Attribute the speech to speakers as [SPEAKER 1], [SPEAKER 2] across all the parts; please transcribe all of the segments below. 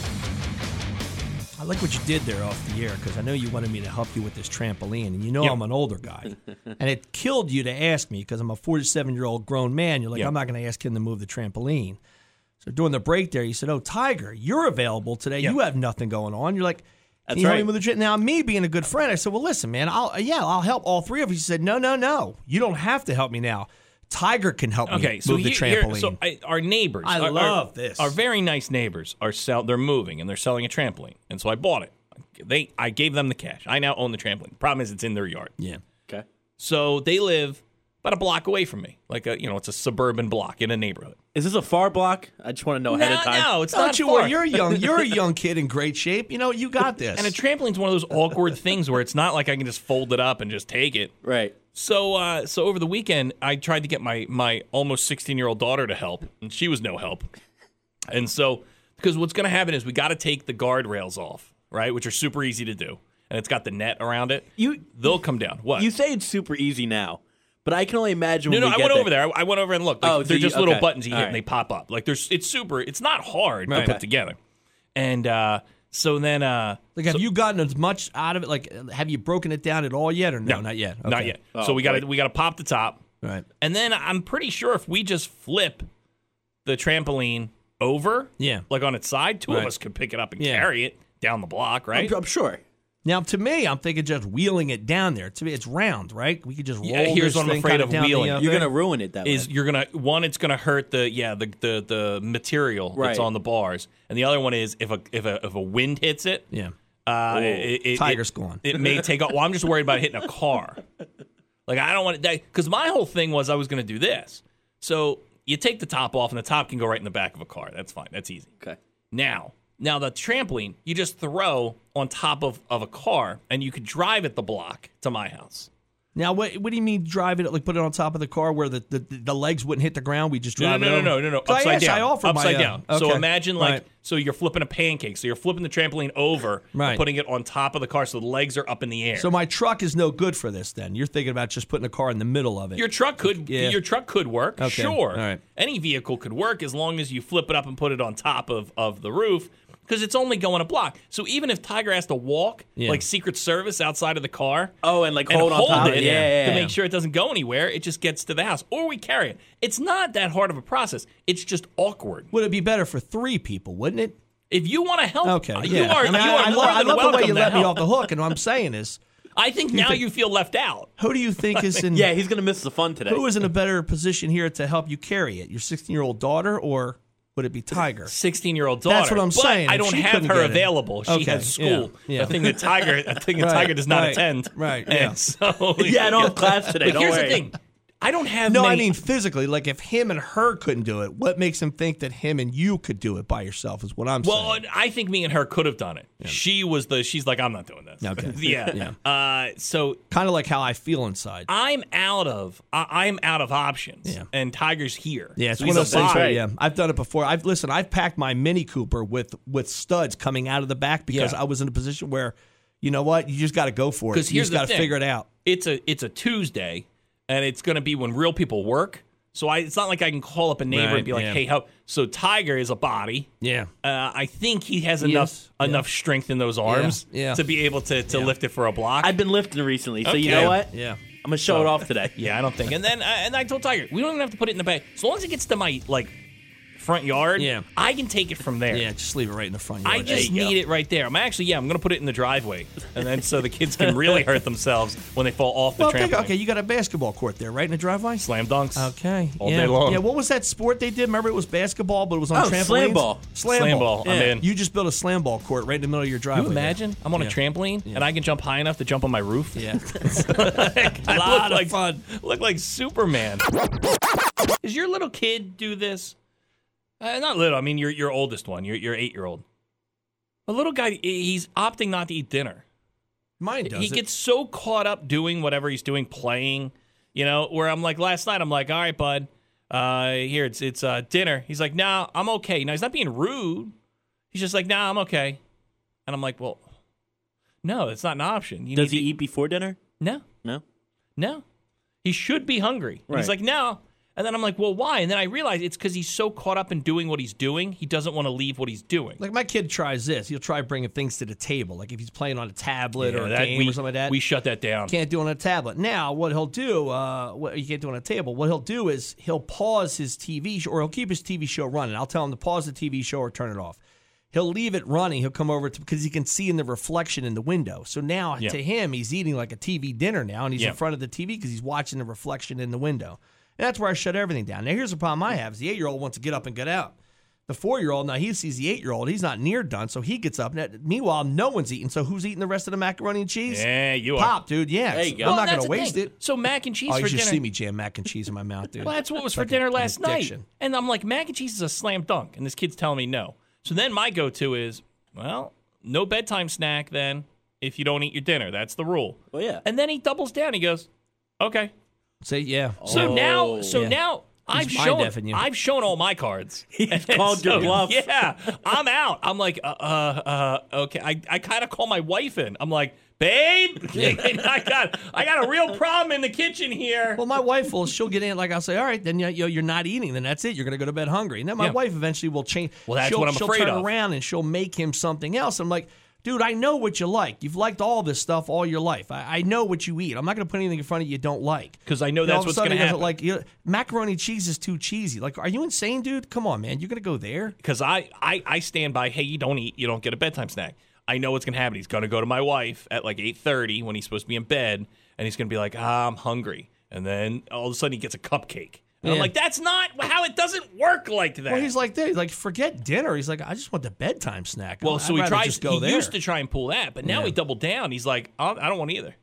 [SPEAKER 1] I like what you did there off the air because I know you wanted me to help you with this trampoline, and you know I'm an older guy, and it killed you to ask me because I'm a 47 year old grown man. You're like,
[SPEAKER 2] Yep.
[SPEAKER 1] I'm not going to ask him to move the trampoline. So during the break there, you said, "Oh, Tiger, you're available today.
[SPEAKER 2] Yep.
[SPEAKER 1] You have nothing going on." You're like. Can
[SPEAKER 2] That's
[SPEAKER 1] you help me
[SPEAKER 2] right.
[SPEAKER 1] with the tra-" Now, me being a good friend, I said, "Well, listen, man. I'll uh, yeah, I'll help all three of you." He said, "No, no, no. You don't have to help me now. Tiger can help me
[SPEAKER 2] Okay, so
[SPEAKER 1] move the
[SPEAKER 2] he- here-
[SPEAKER 1] trampoline."
[SPEAKER 2] So I, our neighbors,
[SPEAKER 1] I
[SPEAKER 2] our- our-
[SPEAKER 1] love this.
[SPEAKER 2] Our very nice neighbors are sell. They're moving and they're selling a trampoline, and so I bought it. They, I gave them the cash. I now own the trampoline. Problem is, it's in their yard.
[SPEAKER 1] yeah.
[SPEAKER 3] Okay.
[SPEAKER 2] So they live about a block away from me. Like a, you know, it's a suburban block in a neighborhood.
[SPEAKER 3] Is this a far block? I just want to know ahead of
[SPEAKER 2] no,
[SPEAKER 3] time.
[SPEAKER 2] no, it's
[SPEAKER 1] Don't
[SPEAKER 2] not
[SPEAKER 1] you
[SPEAKER 2] far.
[SPEAKER 1] worry. You're young. You're a young kid in great shape. You know, you got this.
[SPEAKER 2] and a trampoline's one of those awkward things where it's not like I can just fold it up and just take it.
[SPEAKER 3] Right.
[SPEAKER 2] So, uh, so over the weekend, I tried to get my my almost sixteen year old daughter to help, and she was no help. And so, because what's going to happen is we got to take the guardrails off, right? Which are super easy to do, and it's got the net around it.
[SPEAKER 3] You-
[SPEAKER 2] they'll come down. What?
[SPEAKER 3] You say it's super easy now, but I can only imagine.
[SPEAKER 2] no,
[SPEAKER 3] when
[SPEAKER 2] no.
[SPEAKER 3] we
[SPEAKER 2] I
[SPEAKER 3] get
[SPEAKER 2] went over there. I, I went over and looked. Like,
[SPEAKER 3] Oh,
[SPEAKER 2] they're
[SPEAKER 3] the-
[SPEAKER 2] just little
[SPEAKER 3] okay.
[SPEAKER 2] buttons you hit,
[SPEAKER 3] All
[SPEAKER 2] and they
[SPEAKER 3] right.
[SPEAKER 2] pop up. Like there's, it's super. It's not hard
[SPEAKER 3] Right.
[SPEAKER 2] to
[SPEAKER 3] Okay.
[SPEAKER 2] put together. And uh, so then, uh,
[SPEAKER 1] Like, have you gotten as much out of it? Like, have you broken it down at all yet, or no? Not yet.
[SPEAKER 2] not
[SPEAKER 1] Okay.
[SPEAKER 2] yet.
[SPEAKER 3] Oh,
[SPEAKER 2] so we got to
[SPEAKER 3] wait.
[SPEAKER 2] we got to pop the top.
[SPEAKER 1] Right.
[SPEAKER 2] And then I'm pretty sure if we just flip the trampoline over,
[SPEAKER 1] Yeah.
[SPEAKER 2] like on its side, two
[SPEAKER 1] Right.
[SPEAKER 2] of us could pick it up and
[SPEAKER 1] Yeah.
[SPEAKER 2] carry it down the block,
[SPEAKER 3] I'm,
[SPEAKER 2] right?
[SPEAKER 3] I'm sure.
[SPEAKER 1] Now, to me, I'm thinking just wheeling it down there. To me, it's round, right? We could just roll.
[SPEAKER 2] Yeah, here's
[SPEAKER 1] this
[SPEAKER 2] what I'm
[SPEAKER 1] thing
[SPEAKER 2] afraid
[SPEAKER 1] kinda
[SPEAKER 2] of
[SPEAKER 1] down the,
[SPEAKER 2] wheeling.
[SPEAKER 1] uh,
[SPEAKER 3] You're
[SPEAKER 1] thing.
[SPEAKER 3] gonna ruin it that
[SPEAKER 2] Is
[SPEAKER 3] way.
[SPEAKER 2] you're gonna one, it's gonna hurt the yeah the the, the material that's
[SPEAKER 3] Right.
[SPEAKER 2] on the bars, and the other one is if a if a if a wind hits it,
[SPEAKER 1] yeah.
[SPEAKER 2] uh, it, it,
[SPEAKER 1] Tiger's
[SPEAKER 2] it,
[SPEAKER 1] gone.
[SPEAKER 2] It may take off. Well, I'm just worried about hitting a car. Like I don't want to because my whole thing was I was gonna do this. So you take the top off, and the top can go right in the back of a car. That's fine. That's easy.
[SPEAKER 3] Okay.
[SPEAKER 2] Now, now the trampoline you just throw on top of, of a car and you could drive it the block to my house.
[SPEAKER 1] Now, what what do you mean drive it? Like, put it on top of the car where the, the, the legs wouldn't hit the ground. We just
[SPEAKER 2] No,
[SPEAKER 1] drive
[SPEAKER 2] no, no,
[SPEAKER 1] it.
[SPEAKER 2] no, no,
[SPEAKER 1] over?
[SPEAKER 2] no, no.
[SPEAKER 1] 'Cause I-
[SPEAKER 2] Uh, Upside
[SPEAKER 1] yes,
[SPEAKER 2] down.
[SPEAKER 1] I offer my,
[SPEAKER 2] upside
[SPEAKER 1] uh,
[SPEAKER 2] down. So
[SPEAKER 1] okay.
[SPEAKER 2] imagine like
[SPEAKER 1] Right.
[SPEAKER 2] so you're flipping a pancake. So you're flipping the trampoline over, and
[SPEAKER 1] Right.
[SPEAKER 2] putting it on top of the car so the legs are up in the air.
[SPEAKER 1] So my truck is no good for this. Then you're thinking about just putting a car in the middle of it.
[SPEAKER 2] your truck could
[SPEAKER 1] Yeah.
[SPEAKER 2] your truck could work,
[SPEAKER 1] Okay.
[SPEAKER 2] sure.
[SPEAKER 1] All right.
[SPEAKER 2] Any vehicle could work as long as you flip it up and put it on top of, of the roof because it's only going a block. So even if Tiger has to walk
[SPEAKER 1] Yeah.
[SPEAKER 2] like Secret Service outside of the car,
[SPEAKER 3] Oh, and like
[SPEAKER 2] and
[SPEAKER 3] hold on top of
[SPEAKER 2] it
[SPEAKER 3] it. Yeah, yeah,
[SPEAKER 2] to
[SPEAKER 3] yeah.
[SPEAKER 2] make sure it doesn't go anywhere. It just gets to the house, or we carry it. It's not that hard of a process. It's just awkward.
[SPEAKER 1] would it be better for three people? Wouldn't it?
[SPEAKER 2] If you want to help,
[SPEAKER 1] Okay.
[SPEAKER 2] uh,
[SPEAKER 1] yeah.
[SPEAKER 2] you are.
[SPEAKER 1] I, mean,
[SPEAKER 2] you
[SPEAKER 1] I-
[SPEAKER 2] are
[SPEAKER 1] I
[SPEAKER 2] more
[SPEAKER 1] love, I love the
[SPEAKER 2] than
[SPEAKER 1] way
[SPEAKER 2] welcome
[SPEAKER 1] you
[SPEAKER 2] to
[SPEAKER 1] let me off
[SPEAKER 2] help.
[SPEAKER 1] the hook. And what I'm saying is,
[SPEAKER 2] I think now you feel left out.
[SPEAKER 1] who do you think is in?
[SPEAKER 3] yeah, he's gonna miss the fun today.
[SPEAKER 1] Who is in a better position here to help you carry it? Your 16 year old daughter, or would it be Tiger?
[SPEAKER 2] Sixteen-year-old daughter.
[SPEAKER 1] That's what I'm
[SPEAKER 2] But
[SPEAKER 1] saying.
[SPEAKER 2] I
[SPEAKER 1] If
[SPEAKER 2] don't
[SPEAKER 1] she
[SPEAKER 2] have
[SPEAKER 1] couldn't
[SPEAKER 2] her
[SPEAKER 1] get it.
[SPEAKER 2] available. She
[SPEAKER 1] Okay,
[SPEAKER 2] has school.
[SPEAKER 1] yeah, yeah.
[SPEAKER 2] A thing that Tiger. A thing that
[SPEAKER 1] Right,
[SPEAKER 2] Tiger does not
[SPEAKER 1] right,
[SPEAKER 2] attend.
[SPEAKER 1] right,
[SPEAKER 2] And
[SPEAKER 1] yeah.
[SPEAKER 2] So
[SPEAKER 3] yeah, I don't have class today.
[SPEAKER 2] But
[SPEAKER 3] don't
[SPEAKER 2] here's
[SPEAKER 3] worry.
[SPEAKER 2] the thing. I don't have.
[SPEAKER 1] No, I
[SPEAKER 2] many-
[SPEAKER 1] mean physically. Like if him and her couldn't do it, what makes him think that him and you could do it by yourself? Is what I'm
[SPEAKER 2] Well,
[SPEAKER 1] saying.
[SPEAKER 2] I think me and her could have done it. She was the. She's like, I'm not doing this.
[SPEAKER 1] Okay.
[SPEAKER 2] yeah. Uh, so
[SPEAKER 1] Kind of like how I feel inside.
[SPEAKER 2] I'm out of. I, I'm out of options.
[SPEAKER 1] Yeah.
[SPEAKER 2] And Tiger's here.
[SPEAKER 1] yeah, it's
[SPEAKER 2] So
[SPEAKER 1] one of those
[SPEAKER 2] he's
[SPEAKER 1] things. Where,
[SPEAKER 2] alive.
[SPEAKER 1] yeah, I've done it before. I've listen. I've packed my Mini Cooper with with studs coming out of the back because
[SPEAKER 2] Yeah.
[SPEAKER 1] I was in a position where, you know what, you just got to go for it.
[SPEAKER 2] 'Cause
[SPEAKER 1] you
[SPEAKER 2] here's
[SPEAKER 1] just
[SPEAKER 2] the
[SPEAKER 1] gotta
[SPEAKER 2] thing.
[SPEAKER 1] figure it out.
[SPEAKER 2] It's a. It's a Tuesday, and it's going to be when real people work. So I. It's not like I can call up a neighbor
[SPEAKER 1] Right,
[SPEAKER 2] and be like,
[SPEAKER 1] yeah.
[SPEAKER 2] Hey, how? So Tiger is a body.
[SPEAKER 1] Yeah.
[SPEAKER 2] Uh, I think he has
[SPEAKER 1] He
[SPEAKER 2] enough
[SPEAKER 1] is, yeah.
[SPEAKER 2] enough strength in those arms
[SPEAKER 1] yeah.
[SPEAKER 2] to be able to, to lift it for a block.
[SPEAKER 3] I've been lifting recently, so you
[SPEAKER 2] Okay.
[SPEAKER 3] know what?
[SPEAKER 1] Yeah.
[SPEAKER 3] I'm gonna show it off today.
[SPEAKER 2] Yeah, I don't think. And then uh, and I told Tiger, we don't even have to put it in the bag. As long as it gets to my like front yard,
[SPEAKER 1] Yeah.
[SPEAKER 2] I can take it from there.
[SPEAKER 1] Yeah, just leave it right in the front yard.
[SPEAKER 2] I
[SPEAKER 1] There
[SPEAKER 2] just
[SPEAKER 1] you go.
[SPEAKER 2] need it right there. I'm actually, yeah, I'm going to put it in the driveway. And then so the kids can really hurt themselves when they fall off the
[SPEAKER 1] Well,
[SPEAKER 2] trampoline.
[SPEAKER 1] think, okay, you got a basketball court there, right in the driveway.
[SPEAKER 2] Slam dunks.
[SPEAKER 1] Okay.
[SPEAKER 2] All
[SPEAKER 1] yeah.
[SPEAKER 2] day long.
[SPEAKER 1] Yeah, what was that sport they did? Remember, it was basketball, but it was on
[SPEAKER 3] Oh,
[SPEAKER 1] trampolines.
[SPEAKER 3] slam ball.
[SPEAKER 1] Slam,
[SPEAKER 2] Slam
[SPEAKER 1] ball.
[SPEAKER 2] ball, I'm in.
[SPEAKER 1] You just built a slam ball court right in the middle of your driveway.
[SPEAKER 2] Can you
[SPEAKER 1] there.
[SPEAKER 2] imagine? I'm on
[SPEAKER 1] Yeah.
[SPEAKER 2] a trampoline and I can jump high enough to jump on my roof.
[SPEAKER 1] Yeah.
[SPEAKER 2] I
[SPEAKER 1] Lot of
[SPEAKER 2] look like,
[SPEAKER 1] fun.
[SPEAKER 2] Look like Superman. Does your little kid do this? Uh, not little. I mean, your your oldest one, your your eight year old. A little guy. He's opting not to eat dinner.
[SPEAKER 1] Mine does.
[SPEAKER 2] he
[SPEAKER 1] it.
[SPEAKER 2] gets so caught up doing whatever he's doing, playing. You know, where I'm like last night, I'm like, all right, bud, uh, here it's it's uh, dinner. He's like, nah, I'm okay. Now he's not being rude. He's just like, nah, I'm okay. And I'm like, well, no, it's not an option. You
[SPEAKER 3] Does
[SPEAKER 2] need
[SPEAKER 3] he
[SPEAKER 2] to-
[SPEAKER 3] eat before dinner?
[SPEAKER 2] No.
[SPEAKER 3] No.
[SPEAKER 2] No. He should be hungry. And He's
[SPEAKER 3] Right.
[SPEAKER 2] like, no. And then I'm like, well, why? And then I realize it's because he's so caught up in doing what he's doing, he doesn't want to leave what he's doing.
[SPEAKER 1] Like my kid tries this, he'll try bringing things to the table. Like if he's playing on a tablet or a game
[SPEAKER 2] we,
[SPEAKER 1] or something like that.
[SPEAKER 2] we shut that down.
[SPEAKER 1] can't do on a tablet. Now, what he'll do, uh, what you can't do on a table. What he'll do is he'll pause his TV show, or he'll keep his TV show running. I'll tell him to pause the TV show or turn it off. He'll leave it running. He'll come over to because he can see in the reflection in the window. So now
[SPEAKER 2] Yeah.
[SPEAKER 1] to him, he's eating like a TV dinner now, and he's
[SPEAKER 2] Yeah.
[SPEAKER 1] in front of the TV because he's watching the reflection in the window. And that's where I shut everything down. Now here's the problem I have: is the eight year old wants to get up and get out. The four year old now he sees the eight year old. He's not near done, so he gets up. Now, meanwhile, no one's eating. So who's eating the rest of the macaroni and cheese?
[SPEAKER 2] Yeah, you are.
[SPEAKER 1] Pop, dude. Yeah,
[SPEAKER 3] There you go.
[SPEAKER 1] I'm
[SPEAKER 2] Well,
[SPEAKER 1] not
[SPEAKER 2] that's
[SPEAKER 1] gonna
[SPEAKER 2] the
[SPEAKER 1] waste
[SPEAKER 2] thing.
[SPEAKER 1] it.
[SPEAKER 2] So mac and cheese
[SPEAKER 1] Oh,
[SPEAKER 2] for
[SPEAKER 1] you should
[SPEAKER 2] dinner.
[SPEAKER 1] see me jam mac and cheese in my mouth, dude.
[SPEAKER 2] Well, that's what was for
[SPEAKER 1] Like a-
[SPEAKER 2] dinner
[SPEAKER 1] an
[SPEAKER 2] last night.
[SPEAKER 1] addiction.
[SPEAKER 2] And I'm like, mac and cheese is a slam dunk. And this kid's telling me no. So then my go to is, well, no bedtime snack then if you don't eat your dinner. That's the rule.
[SPEAKER 3] Well, yeah.
[SPEAKER 2] And then he doubles down. He goes, okay.
[SPEAKER 1] See, yeah.
[SPEAKER 2] So
[SPEAKER 3] Oh.
[SPEAKER 2] now, so
[SPEAKER 1] Yeah.
[SPEAKER 2] now
[SPEAKER 1] mind
[SPEAKER 2] I've shown
[SPEAKER 1] effing you.
[SPEAKER 2] I've shown all my cards.
[SPEAKER 3] He's called your bluff.
[SPEAKER 2] Yeah, I'm out. I'm like, uh, uh, uh okay. I, I kind of call my wife in. I'm like, babe, I got I got a real problem in the kitchen here.
[SPEAKER 1] Well, my wife will. She'll get in. Like I'll say, all right, then you know, you're not eating. Then that's it. You're gonna go to bed hungry. And then my
[SPEAKER 2] Yeah.
[SPEAKER 1] wife eventually will change.
[SPEAKER 2] Well, that's
[SPEAKER 1] she'll,
[SPEAKER 2] what I'm
[SPEAKER 1] she'll
[SPEAKER 2] afraid
[SPEAKER 1] turn
[SPEAKER 2] of.
[SPEAKER 1] around and she'll make him something else. I'm like, dude, I know what you like. You've liked all this stuff all your life. I, I know what you eat. I'm not gonna put anything in front of you you don't like.
[SPEAKER 2] 'Cause I know
[SPEAKER 1] You
[SPEAKER 2] that's
[SPEAKER 1] all of a
[SPEAKER 2] what's
[SPEAKER 1] sudden he
[SPEAKER 2] gonna
[SPEAKER 1] doesn't
[SPEAKER 2] happen.
[SPEAKER 1] Like you know, macaroni and cheese is too cheesy. Like, are you insane, dude? Come on, man. You're gonna go there.
[SPEAKER 2] because I, I I stand by. Hey, you don't eat, you don't get a bedtime snack. I know what's gonna happen. He's gonna go to my wife at like eight thirty when he's supposed to be in bed, and he's gonna be like, ah, I'm hungry, and then all of a sudden he gets a cupcake, and I'm
[SPEAKER 1] Yeah.
[SPEAKER 2] like, that's not how it doesn't work like that.
[SPEAKER 1] Well, he's like there. He's like, forget dinner. He's like, I just want the bedtime snack.
[SPEAKER 2] Well,
[SPEAKER 1] I'd
[SPEAKER 2] so he
[SPEAKER 1] rather
[SPEAKER 2] tries.
[SPEAKER 1] Just go
[SPEAKER 2] he
[SPEAKER 1] there.
[SPEAKER 2] used to try and pull that, but now
[SPEAKER 1] Yeah.
[SPEAKER 2] he doubled down. He's like, "Oh, I I don't want either.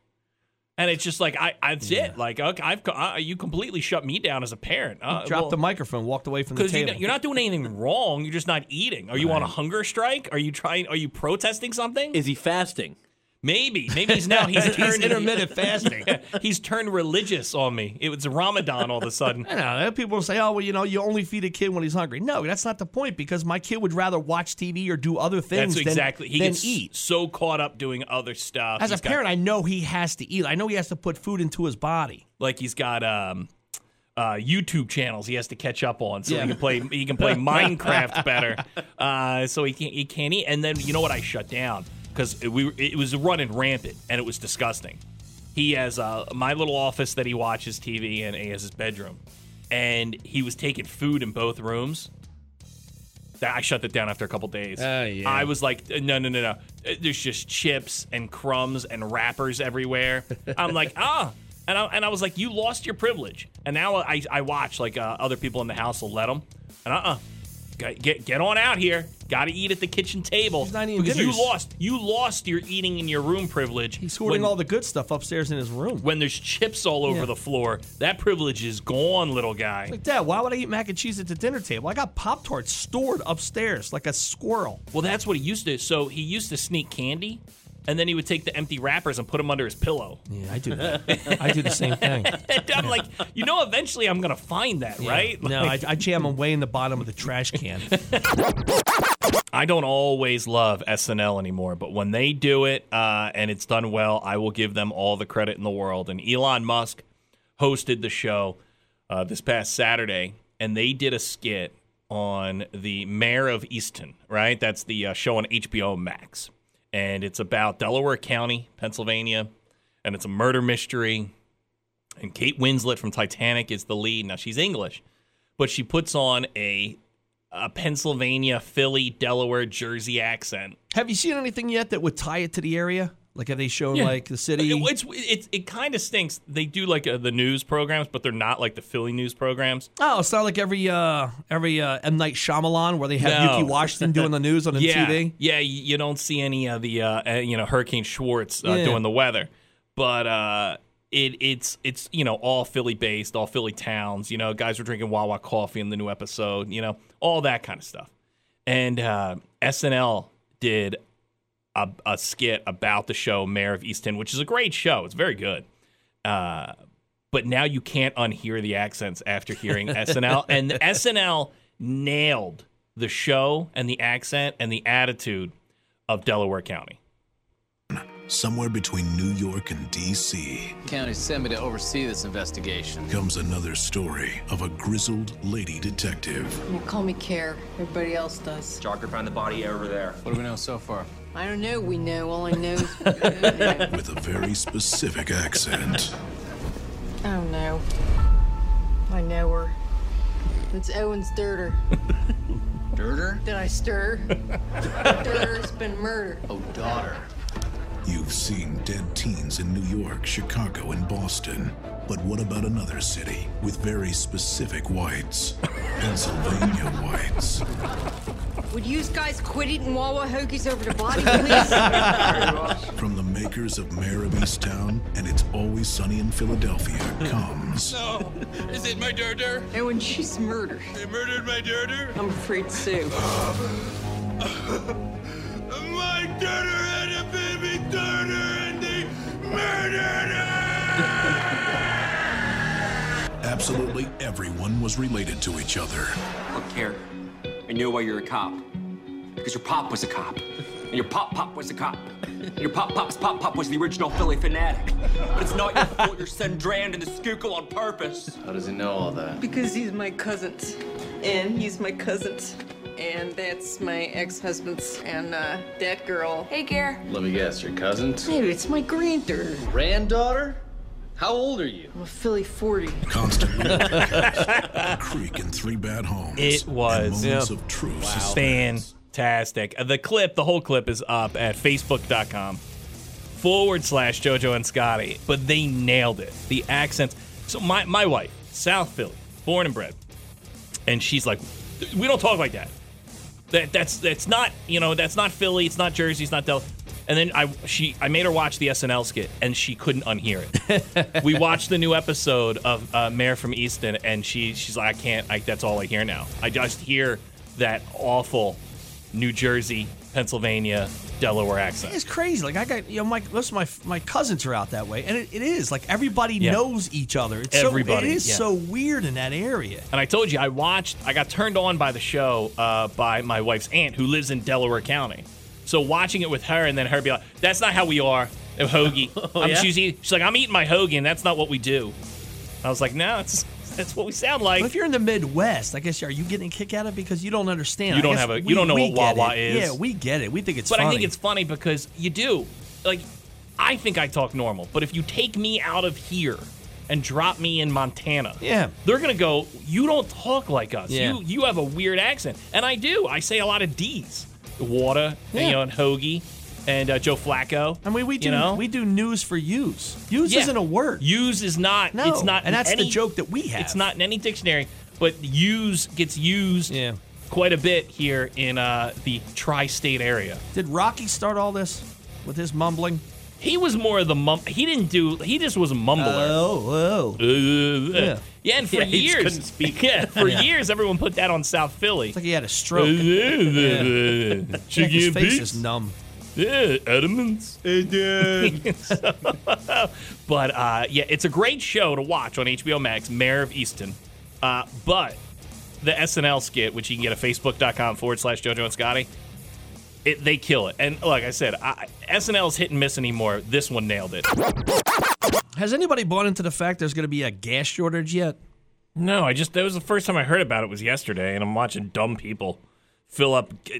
[SPEAKER 2] And it's just like I, I that's it. Like okay, I've, co- I, you completely shut me down as a parent. Uh,
[SPEAKER 1] dropped
[SPEAKER 2] well,
[SPEAKER 1] the microphone, walked away from the
[SPEAKER 2] Because you're,
[SPEAKER 1] table.
[SPEAKER 2] not- you're not doing anything wrong. You're just not eating. Are you on a hunger strike? Are you trying? Are you protesting something?
[SPEAKER 3] Is he fasting?
[SPEAKER 2] maybe. Maybe he's now he's turned
[SPEAKER 1] intermittent fasting.
[SPEAKER 2] he's turned religious on me. It was Ramadan all of a sudden.
[SPEAKER 1] I know. that People say, oh, well, you know, you only feed a kid when he's hungry. No, that's not the point because my kid would rather watch TV or do other things
[SPEAKER 2] That's
[SPEAKER 1] than,
[SPEAKER 2] exactly. He
[SPEAKER 1] than
[SPEAKER 2] gets
[SPEAKER 1] eat.
[SPEAKER 2] so caught up doing other stuff.
[SPEAKER 1] As a
[SPEAKER 2] He's got-
[SPEAKER 1] parent, I know he has to eat. I know he has to put food into his body.
[SPEAKER 2] like he's got um uh, YouTube channels he has to catch up on, so
[SPEAKER 1] Yeah.
[SPEAKER 2] he can play he can play Minecraft better. Uh, so he can't he can't eat. And then you know what I shut down because we it was running rampant and it was disgusting. He has uh, my little office that he watches TV in, and he has his bedroom, and he was taking food in both rooms. That I shut that down after a couple days.
[SPEAKER 1] Ah, yeah.
[SPEAKER 2] I was like, no, no, no, no. Uh, There's just chips and crumbs and wrappers everywhere. I'm like, ah. And I, and I was like, you lost your privilege. And now I, I watch like uh, other people in the house will let them. And uh uh Get, get get on out here. Got to eat at the kitchen table
[SPEAKER 1] He's not eating
[SPEAKER 2] because
[SPEAKER 1] dinners.
[SPEAKER 2] you lost you lost your eating in your room privilege.
[SPEAKER 1] He's hoarding
[SPEAKER 2] when-
[SPEAKER 1] all the good stuff upstairs in his room.
[SPEAKER 2] when there's chips all over
[SPEAKER 1] Yeah.
[SPEAKER 2] the floor. That privilege is gone, little guy.
[SPEAKER 1] like, Dad, why would I eat mac and cheese at the dinner table? I got Pop Tarts stored upstairs like a squirrel.
[SPEAKER 2] Well, that's what he used to. So he used to sneak candy, and then he would take the empty wrappers and put them under his pillow.
[SPEAKER 1] Yeah, I do that. I do the same thing.
[SPEAKER 2] And I'm like, you know, eventually I'm gonna find that, right?
[SPEAKER 1] No, I, I jam them way in the bottom of the trash can.
[SPEAKER 2] I don't always love SNL anymore, but when they do it uh, and it's done well, I will give them all the credit in the world. And Elon Musk hosted the show uh, this past Saturday, and they did a skit on the mayor of Easton, right? That's the uh, show on HBO Max. And it's about Delaware County, Pennsylvania, and it's a murder mystery. And Kate Winslet from Titanic is the lead. Now, she's English, but she puts on a a Pennsylvania, Philly, Delaware, Jersey accent.
[SPEAKER 1] Have you seen anything yet that would tie it to the area? Like have they shown like the city?
[SPEAKER 2] It, it's it, it kind of stinks. They do like uh, the news programs, but they're not like the Philly news programs.
[SPEAKER 1] oh, it's not like every uh every uh, M Night Shyamalan where they have
[SPEAKER 2] No.
[SPEAKER 1] Yuki Washington doing the news on the
[SPEAKER 2] yeah,
[SPEAKER 1] TV.
[SPEAKER 2] yeah. y- You don't see any of the uh, uh, you know Hurricane Schwartz uh,
[SPEAKER 1] Yeah.
[SPEAKER 2] doing the weather, but uh, it it's it's you know all Philly based, all Philly towns. You know, guys were drinking Wawa coffee in the new episode. You know, all that kind of stuff. And uh, SNL did a, a skit about the show Mayor of Easton, which is a great show. It's very good. Uh, but now you can't unhear the accents after hearing SNL. And the SNL nailed the show and the accent and the attitude of Delaware County.
[SPEAKER 4] Somewhere between New York and D.C.
[SPEAKER 5] County sent me to oversee this investigation.
[SPEAKER 4] comes another story of a grizzled lady detective
[SPEAKER 6] You call me Care. Everybody else does.
[SPEAKER 7] Stalker found the body over there.
[SPEAKER 5] What do we know so far?
[SPEAKER 6] I don't know. We know. All I know is.
[SPEAKER 4] with a very specific accent.
[SPEAKER 6] oh no. I know her. It's Owen's dirter.
[SPEAKER 5] Dirter?
[SPEAKER 6] Did I stir? Dirter's been murdered.
[SPEAKER 5] Oh, daughter.
[SPEAKER 4] You've seen dead teens in New York, Chicago, and Boston. But what about another city with very specific whites? Pennsylvania whites.
[SPEAKER 6] Would you guys quit eating Wawa hoagies over the body, please?
[SPEAKER 4] From the makers of Mayor of Easttown and It's Always Sunny in Philadelphia comes
[SPEAKER 5] Is it my dirter?
[SPEAKER 6] Owen, she's murdered.
[SPEAKER 5] They murdered my dirter?
[SPEAKER 6] I'm afraid so.
[SPEAKER 5] My dirter had a baby dirter and they murdered
[SPEAKER 4] absolutely everyone was related to each other.
[SPEAKER 7] Look here. I know why you're a cop. Because your pop was a cop. And your pop pop was a cop. And your pop pop's pop pop was the original Philly fanatic. But it's not your fault your son drowned in the Schuylkill on purpose.
[SPEAKER 5] How does he know all that?
[SPEAKER 6] Because he's my cousin's. And he's my cousin's. And that's my ex husband's. And uh, that girl. Hey, Gare.
[SPEAKER 5] Let me guess, your cousin?
[SPEAKER 6] Dude, it's my granddaughter.
[SPEAKER 5] Granddaughter? How old are you?
[SPEAKER 6] I'm a Philly 40.
[SPEAKER 4] Constantly a creek in three bad homes.
[SPEAKER 2] It was,
[SPEAKER 4] and moments of true suspense.
[SPEAKER 2] Fantastic. Uh, The clip, the whole clip is up at facebook.com forward slash JoJo and Scotty, but they nailed it. The accents. So, my, my wife, South Philly, born and bred, and she's like, we don't talk like that. That that's that's not you know that's not Philly, it's not Jersey, it's not Del. And then I she I made her watch the SNL skit and she couldn't unhear it. we watched the new episode of uh, Mayor from Easton and she she's like I can't I, that's all I hear now. I just hear that awful New Jersey, Pennsylvania, Delaware accent.
[SPEAKER 1] It's crazy. Like I got you know my most of my my cousins are out that way, and it, it is like everybody
[SPEAKER 2] Yeah.
[SPEAKER 1] knows each other. It's
[SPEAKER 2] Everybody,
[SPEAKER 1] So, it is
[SPEAKER 2] yeah.
[SPEAKER 1] so weird in that area.
[SPEAKER 2] And I told you I watched I got turned on by the show uh, by my wife's aunt who lives in Delaware County. So watching it with her and then her be like, "That's not how we are." A hoagie. I'm,
[SPEAKER 3] yeah?
[SPEAKER 2] she's, eat- she's like, "I'm eating my hoagie, and that's not what we do." I was like, "No, it's, that's what we sound like."
[SPEAKER 1] But if you're in the Midwest, I guess are you getting a kick out of it because you don't understand?
[SPEAKER 2] You
[SPEAKER 1] I
[SPEAKER 2] don't
[SPEAKER 1] guess
[SPEAKER 2] have a- you
[SPEAKER 1] we-
[SPEAKER 2] don't know
[SPEAKER 1] we
[SPEAKER 2] what
[SPEAKER 1] get
[SPEAKER 2] Wawa
[SPEAKER 1] it.
[SPEAKER 2] is.
[SPEAKER 1] Yeah, we get it. We think it's.
[SPEAKER 2] but I
[SPEAKER 1] funny.
[SPEAKER 2] think it's funny because you do like. I think I talk normal, but if you take me out of here and drop me in Montana,
[SPEAKER 1] Yeah.
[SPEAKER 2] they're gonna go. You don't talk like us.
[SPEAKER 1] Yeah.
[SPEAKER 2] You you have a weird accent, and I do. I say a lot of D's, water, and, you
[SPEAKER 1] Yeah.
[SPEAKER 2] know, and hoagie, and uh, Joe Flacco.
[SPEAKER 1] I mean, we do
[SPEAKER 2] You know?
[SPEAKER 1] we do news for use. Use
[SPEAKER 2] Yeah.
[SPEAKER 1] isn't a word.
[SPEAKER 2] Use is not.
[SPEAKER 1] no,
[SPEAKER 2] it's not. in
[SPEAKER 1] and that's the
[SPEAKER 2] any-
[SPEAKER 1] joke that we have.
[SPEAKER 2] It's not in any dictionary, but use gets used
[SPEAKER 1] Yeah.
[SPEAKER 2] quite a bit here in uh, the tri-state area.
[SPEAKER 1] Did Rocky start all this with his mumbling?
[SPEAKER 2] He was more of the mum. He didn't do. He just was a mumbler.
[SPEAKER 1] oh,
[SPEAKER 2] Uh, yeah. and for
[SPEAKER 3] Yeah, he just
[SPEAKER 2] years
[SPEAKER 3] couldn't speak.
[SPEAKER 2] Yeah, for years everyone put that on South Philly.
[SPEAKER 1] It's like he had a stroke. Yeah,
[SPEAKER 2] Chicken
[SPEAKER 1] his
[SPEAKER 2] and
[SPEAKER 1] face is
[SPEAKER 2] beets.
[SPEAKER 1] numb.
[SPEAKER 2] Yeah, Edmonds. but uh, yeah, it's a great show to watch on HBO Max, Mayor of Easton. Uh, but the SNL skit, which you can get at facebook.com forward slash JoJo and Scotty, it, they kill it. And like I said, I, SNL is hit and miss anymore. This one nailed it.
[SPEAKER 1] Has anybody bought into the fact there's going to be a gas shortage yet?
[SPEAKER 2] No, I just that was the first time I heard about it was yesterday, and I'm watching dumb people fill up uh,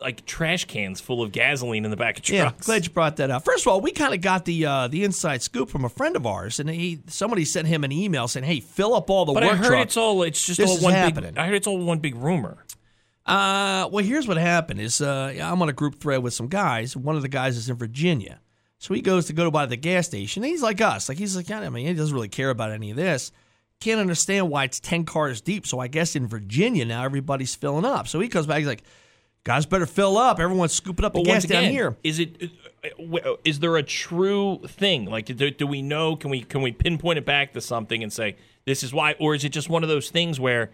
[SPEAKER 2] like trash cans full of gasoline in the back of
[SPEAKER 1] Yeah,
[SPEAKER 2] trucks.
[SPEAKER 1] glad you brought that up. First of all, we kind of got the uh, the inside scoop from a friend of ours, and he somebody sent him an email saying, "Hey, fill up all the
[SPEAKER 2] but
[SPEAKER 1] work
[SPEAKER 2] I heard
[SPEAKER 1] truck.
[SPEAKER 2] it's all it's just
[SPEAKER 1] This
[SPEAKER 2] all
[SPEAKER 1] is
[SPEAKER 2] one
[SPEAKER 1] happening.
[SPEAKER 2] big. I heard it's all one big rumor.
[SPEAKER 1] Uh, well, here's what happened: is uh, I'm on a group thread with some guys. One of the guys is in Virginia, so he goes to go to buy the gas station. And he's like us, like he's like, yeah, I mean, he doesn't really care about any of this. Can't understand why it's ten cars deep. So I guess in Virginia now everybody's filling up. So he comes back, he's like, guys, better fill up. Everyone's scooping up
[SPEAKER 2] But
[SPEAKER 1] the
[SPEAKER 2] once
[SPEAKER 1] gas
[SPEAKER 2] again,
[SPEAKER 1] down here.
[SPEAKER 2] is it uh, w- is there a true thing? Like, do, do we know? Can we can we pinpoint it back to something and say this is why, or is it just one of those things where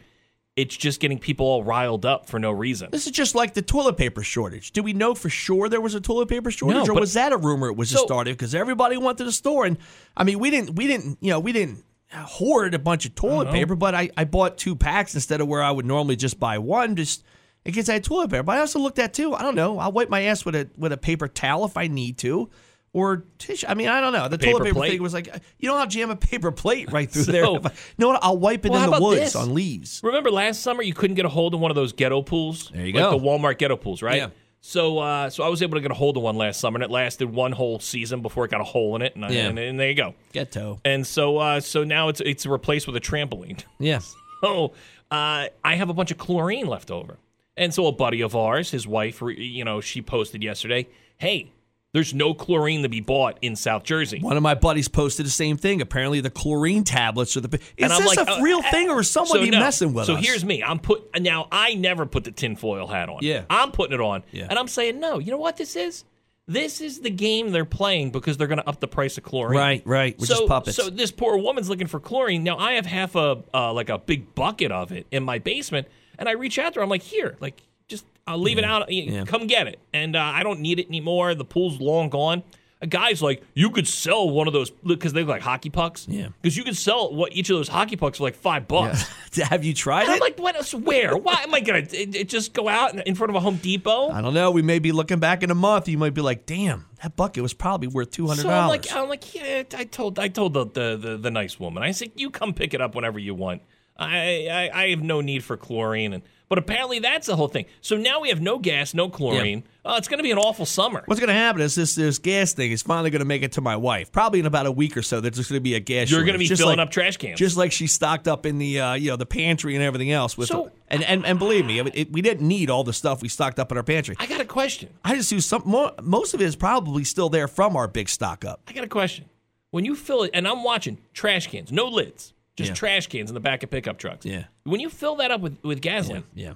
[SPEAKER 2] it's just getting people all riled up for no reason?
[SPEAKER 1] This is just like the toilet paper shortage. Do we know for sure there was a toilet paper shortage, or
[SPEAKER 2] but-
[SPEAKER 1] was that a rumor? It was just
[SPEAKER 2] So-
[SPEAKER 1] started because everybody went to the store, and I mean, we didn't, we didn't, you know, we didn't hoard a bunch of toilet
[SPEAKER 2] know.
[SPEAKER 1] paper, but I, I bought two packs instead of where I would normally just buy one, just in case I had toilet paper. But I also looked at too. I don't know. I'll wipe my ass with a with a paper towel if I need to. Or tissue. I mean, I don't know. The
[SPEAKER 2] paper
[SPEAKER 1] toilet paper
[SPEAKER 2] plate.
[SPEAKER 1] thing was like, you know, I'll jam a paper plate right through
[SPEAKER 2] So-
[SPEAKER 1] there. If I- no, I'll wipe it
[SPEAKER 2] Well, how
[SPEAKER 1] in the
[SPEAKER 2] about
[SPEAKER 1] woods
[SPEAKER 2] this?
[SPEAKER 1] on leaves.
[SPEAKER 2] Remember last summer you couldn't get a hold of one of those ghetto pools? There
[SPEAKER 1] you
[SPEAKER 2] like
[SPEAKER 1] go.
[SPEAKER 2] The Walmart ghetto pools, right?
[SPEAKER 1] Yeah.
[SPEAKER 2] So uh, so I was able to get a hold of one last summer and it lasted one whole season before it got a hole in it and, I-
[SPEAKER 1] Yeah.
[SPEAKER 2] and, and there you go.
[SPEAKER 1] Ghetto.
[SPEAKER 2] And so uh, so now it's it's replaced with a trampoline.
[SPEAKER 1] Yeah.
[SPEAKER 2] Oh, uh, I have a bunch of chlorine left over. And so a buddy of ours, his wife, re- you know, she posted yesterday, "Hey, there's no chlorine to be bought in South Jersey."
[SPEAKER 1] One of my buddies posted the same thing. Apparently, the chlorine tablets are the. Is
[SPEAKER 2] And I'm
[SPEAKER 1] this
[SPEAKER 2] like,
[SPEAKER 1] a
[SPEAKER 2] uh,
[SPEAKER 1] real
[SPEAKER 2] uh,
[SPEAKER 1] thing or is somebody
[SPEAKER 2] so no.
[SPEAKER 1] messing with
[SPEAKER 2] so
[SPEAKER 1] us?
[SPEAKER 2] here's me. I'm put now. I never put the tinfoil hat on.
[SPEAKER 1] Yeah.
[SPEAKER 2] I'm putting it on.
[SPEAKER 1] Yeah.
[SPEAKER 2] And I'm saying no. You know what this is? This is the game they're playing because they're going to up the price of chlorine.
[SPEAKER 1] right, right. We're
[SPEAKER 2] so,
[SPEAKER 1] just puppets.
[SPEAKER 2] so this poor woman's looking for chlorine. Now I have half a uh, like a big bucket of it in my basement, and I reach out there. I'm like, here, like just I'll leave it out. You-
[SPEAKER 1] yeah.
[SPEAKER 2] Come get it. And uh, I don't need it anymore. The pool's long gone. A guy's like, you could sell one of those because they look like hockey pucks.
[SPEAKER 1] Yeah.
[SPEAKER 2] Because you could sell what each of those hockey pucks for like five bucks.
[SPEAKER 1] Have you tried
[SPEAKER 2] And I'm
[SPEAKER 1] it?
[SPEAKER 2] like, what else? Where? Why am I gonna it, it just go out in- in front of a Home Depot?
[SPEAKER 1] I don't know. We may be looking back in a month. You might be like, damn, that bucket was probably worth two hundred
[SPEAKER 2] So I'm
[SPEAKER 1] dollars.
[SPEAKER 2] like, oh. I'm like, yeah. I told, I told the the, the, the nice woman. I said, you come pick it up whenever you want. I, I I have no need for chlorine, and but apparently that's the whole thing. So now we have no gas, no chlorine. Uh, it's going to be an awful summer.
[SPEAKER 1] What's going to happen is this this gas thing is finally going to make it to my wife. Probably in about a week or so. There's just going to be a gas.
[SPEAKER 2] You're
[SPEAKER 1] going to
[SPEAKER 2] be filling up trash cans.
[SPEAKER 1] just like she stocked up in the uh, you know the pantry and everything else. With
[SPEAKER 2] So-
[SPEAKER 1] and, and and believe me, I mean, it, we didn't need all the stuff we stocked up in our pantry.
[SPEAKER 2] I got a question.
[SPEAKER 1] I just use some. More, most of it is probably still there from our big stock up.
[SPEAKER 2] I got a question. When you fill it, and I'm watching trash cans, no lids, just
[SPEAKER 1] Yeah.
[SPEAKER 2] trash cans in the back of pickup trucks.
[SPEAKER 1] Yeah.
[SPEAKER 2] When you fill that up with with gasoline,
[SPEAKER 1] Yeah.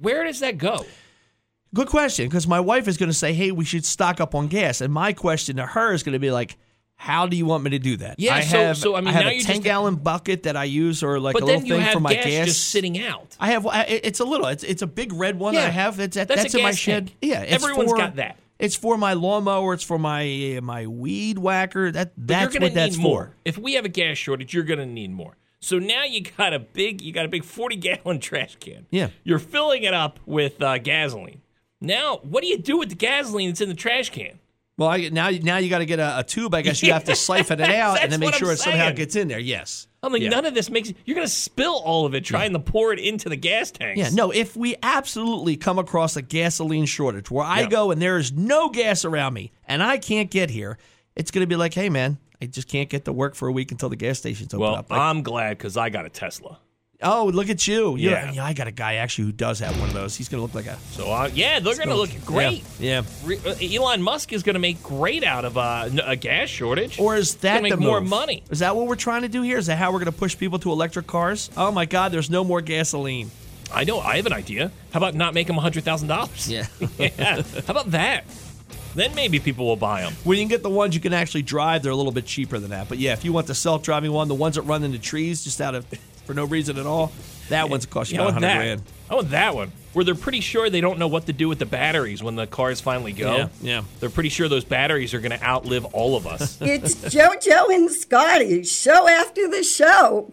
[SPEAKER 2] where does that go?
[SPEAKER 1] Good question, because my wife is going to say, "Hey, we should stock up on gas," and my question to her is going to be like, "How do you want me to do that?"
[SPEAKER 2] Yeah,
[SPEAKER 1] I
[SPEAKER 2] so-
[SPEAKER 1] have,
[SPEAKER 2] so, I mean,
[SPEAKER 1] have
[SPEAKER 2] now
[SPEAKER 1] a
[SPEAKER 2] you just-
[SPEAKER 1] ten-gallon bucket that I use, or like
[SPEAKER 2] But
[SPEAKER 1] a
[SPEAKER 2] then
[SPEAKER 1] little
[SPEAKER 2] you
[SPEAKER 1] thing
[SPEAKER 2] have
[SPEAKER 1] for my
[SPEAKER 2] gas, just sitting out.
[SPEAKER 1] I have. I, it- it's a little. It's it's a big red one that I
[SPEAKER 2] Yeah.
[SPEAKER 1] have. It's at,
[SPEAKER 2] That's
[SPEAKER 1] that's,
[SPEAKER 2] a
[SPEAKER 1] in my
[SPEAKER 2] gas
[SPEAKER 1] shed.
[SPEAKER 2] tank.
[SPEAKER 1] Yeah, it's
[SPEAKER 2] Everyone's
[SPEAKER 1] for,
[SPEAKER 2] got that.
[SPEAKER 1] It's for my lawnmower. It's for my my weed whacker. That that's
[SPEAKER 2] you're gonna
[SPEAKER 1] what that's
[SPEAKER 2] need
[SPEAKER 1] for.
[SPEAKER 2] more. If we have a gas shortage, you're gonna need more. So now you got a big, you got a big 40 gallon trash can.
[SPEAKER 1] Yeah.
[SPEAKER 2] you're filling it up with uh, gasoline. Now, what do you do with the gasoline that's in the trash can?
[SPEAKER 1] Well, I, now now you got to get a, a tube. I guess you have to siphon it out and
[SPEAKER 2] That's
[SPEAKER 1] then make
[SPEAKER 2] what I'm
[SPEAKER 1] sure it somehow
[SPEAKER 2] saying.
[SPEAKER 1] gets in there. Yes.
[SPEAKER 2] I'm like,
[SPEAKER 1] Yeah.
[SPEAKER 2] none of this makes. You're gonna spill all of it trying to pour it into the gas tanks.
[SPEAKER 1] Yeah, no, if we absolutely come across a gasoline shortage where I
[SPEAKER 2] Yeah.
[SPEAKER 1] go and there is no gas around me and I can't get here, it's going to be like, hey, man, I just can't get to work for a week until the gas station's open
[SPEAKER 2] Well,
[SPEAKER 1] up. Like,
[SPEAKER 2] I'm glad because I got a Tesla.
[SPEAKER 1] oh, look at you. You're-
[SPEAKER 2] Yeah.
[SPEAKER 1] yeah, I got a guy actually who does have one of those. He's going to look like a.
[SPEAKER 2] So I, yeah, they're gonna look great.
[SPEAKER 1] Yeah. yeah.
[SPEAKER 2] Re- uh, Elon Musk is gonna make great out of uh, n- a gas shortage.
[SPEAKER 1] Or is
[SPEAKER 2] He's gonna
[SPEAKER 1] that
[SPEAKER 2] make
[SPEAKER 1] the
[SPEAKER 2] more
[SPEAKER 1] move?
[SPEAKER 2] money?
[SPEAKER 1] Is that what we're trying to do here? Is that how we're going to push people to electric cars? Oh my God, there's no more gasoline.
[SPEAKER 2] I know. I have an idea. How about not make them hundred thousand dollars?
[SPEAKER 1] Yeah.
[SPEAKER 2] yeah. How about that? Then maybe people will buy them.
[SPEAKER 1] When you can get the ones you can actually drive, they're a little bit cheaper than that. But yeah, if you want the self-driving one, the ones that run into trees just out of for no reason at all, that one's cost you
[SPEAKER 2] I
[SPEAKER 1] about
[SPEAKER 2] want
[SPEAKER 1] hundred
[SPEAKER 2] that.
[SPEAKER 1] grand.
[SPEAKER 2] I want that one. Where they're pretty sure they don't know what to do with the batteries when the cars finally go.
[SPEAKER 1] Yeah, yeah.
[SPEAKER 2] They're pretty sure those batteries are going to outlive all of us.
[SPEAKER 8] It's JoJo and Scotty. Show after the show.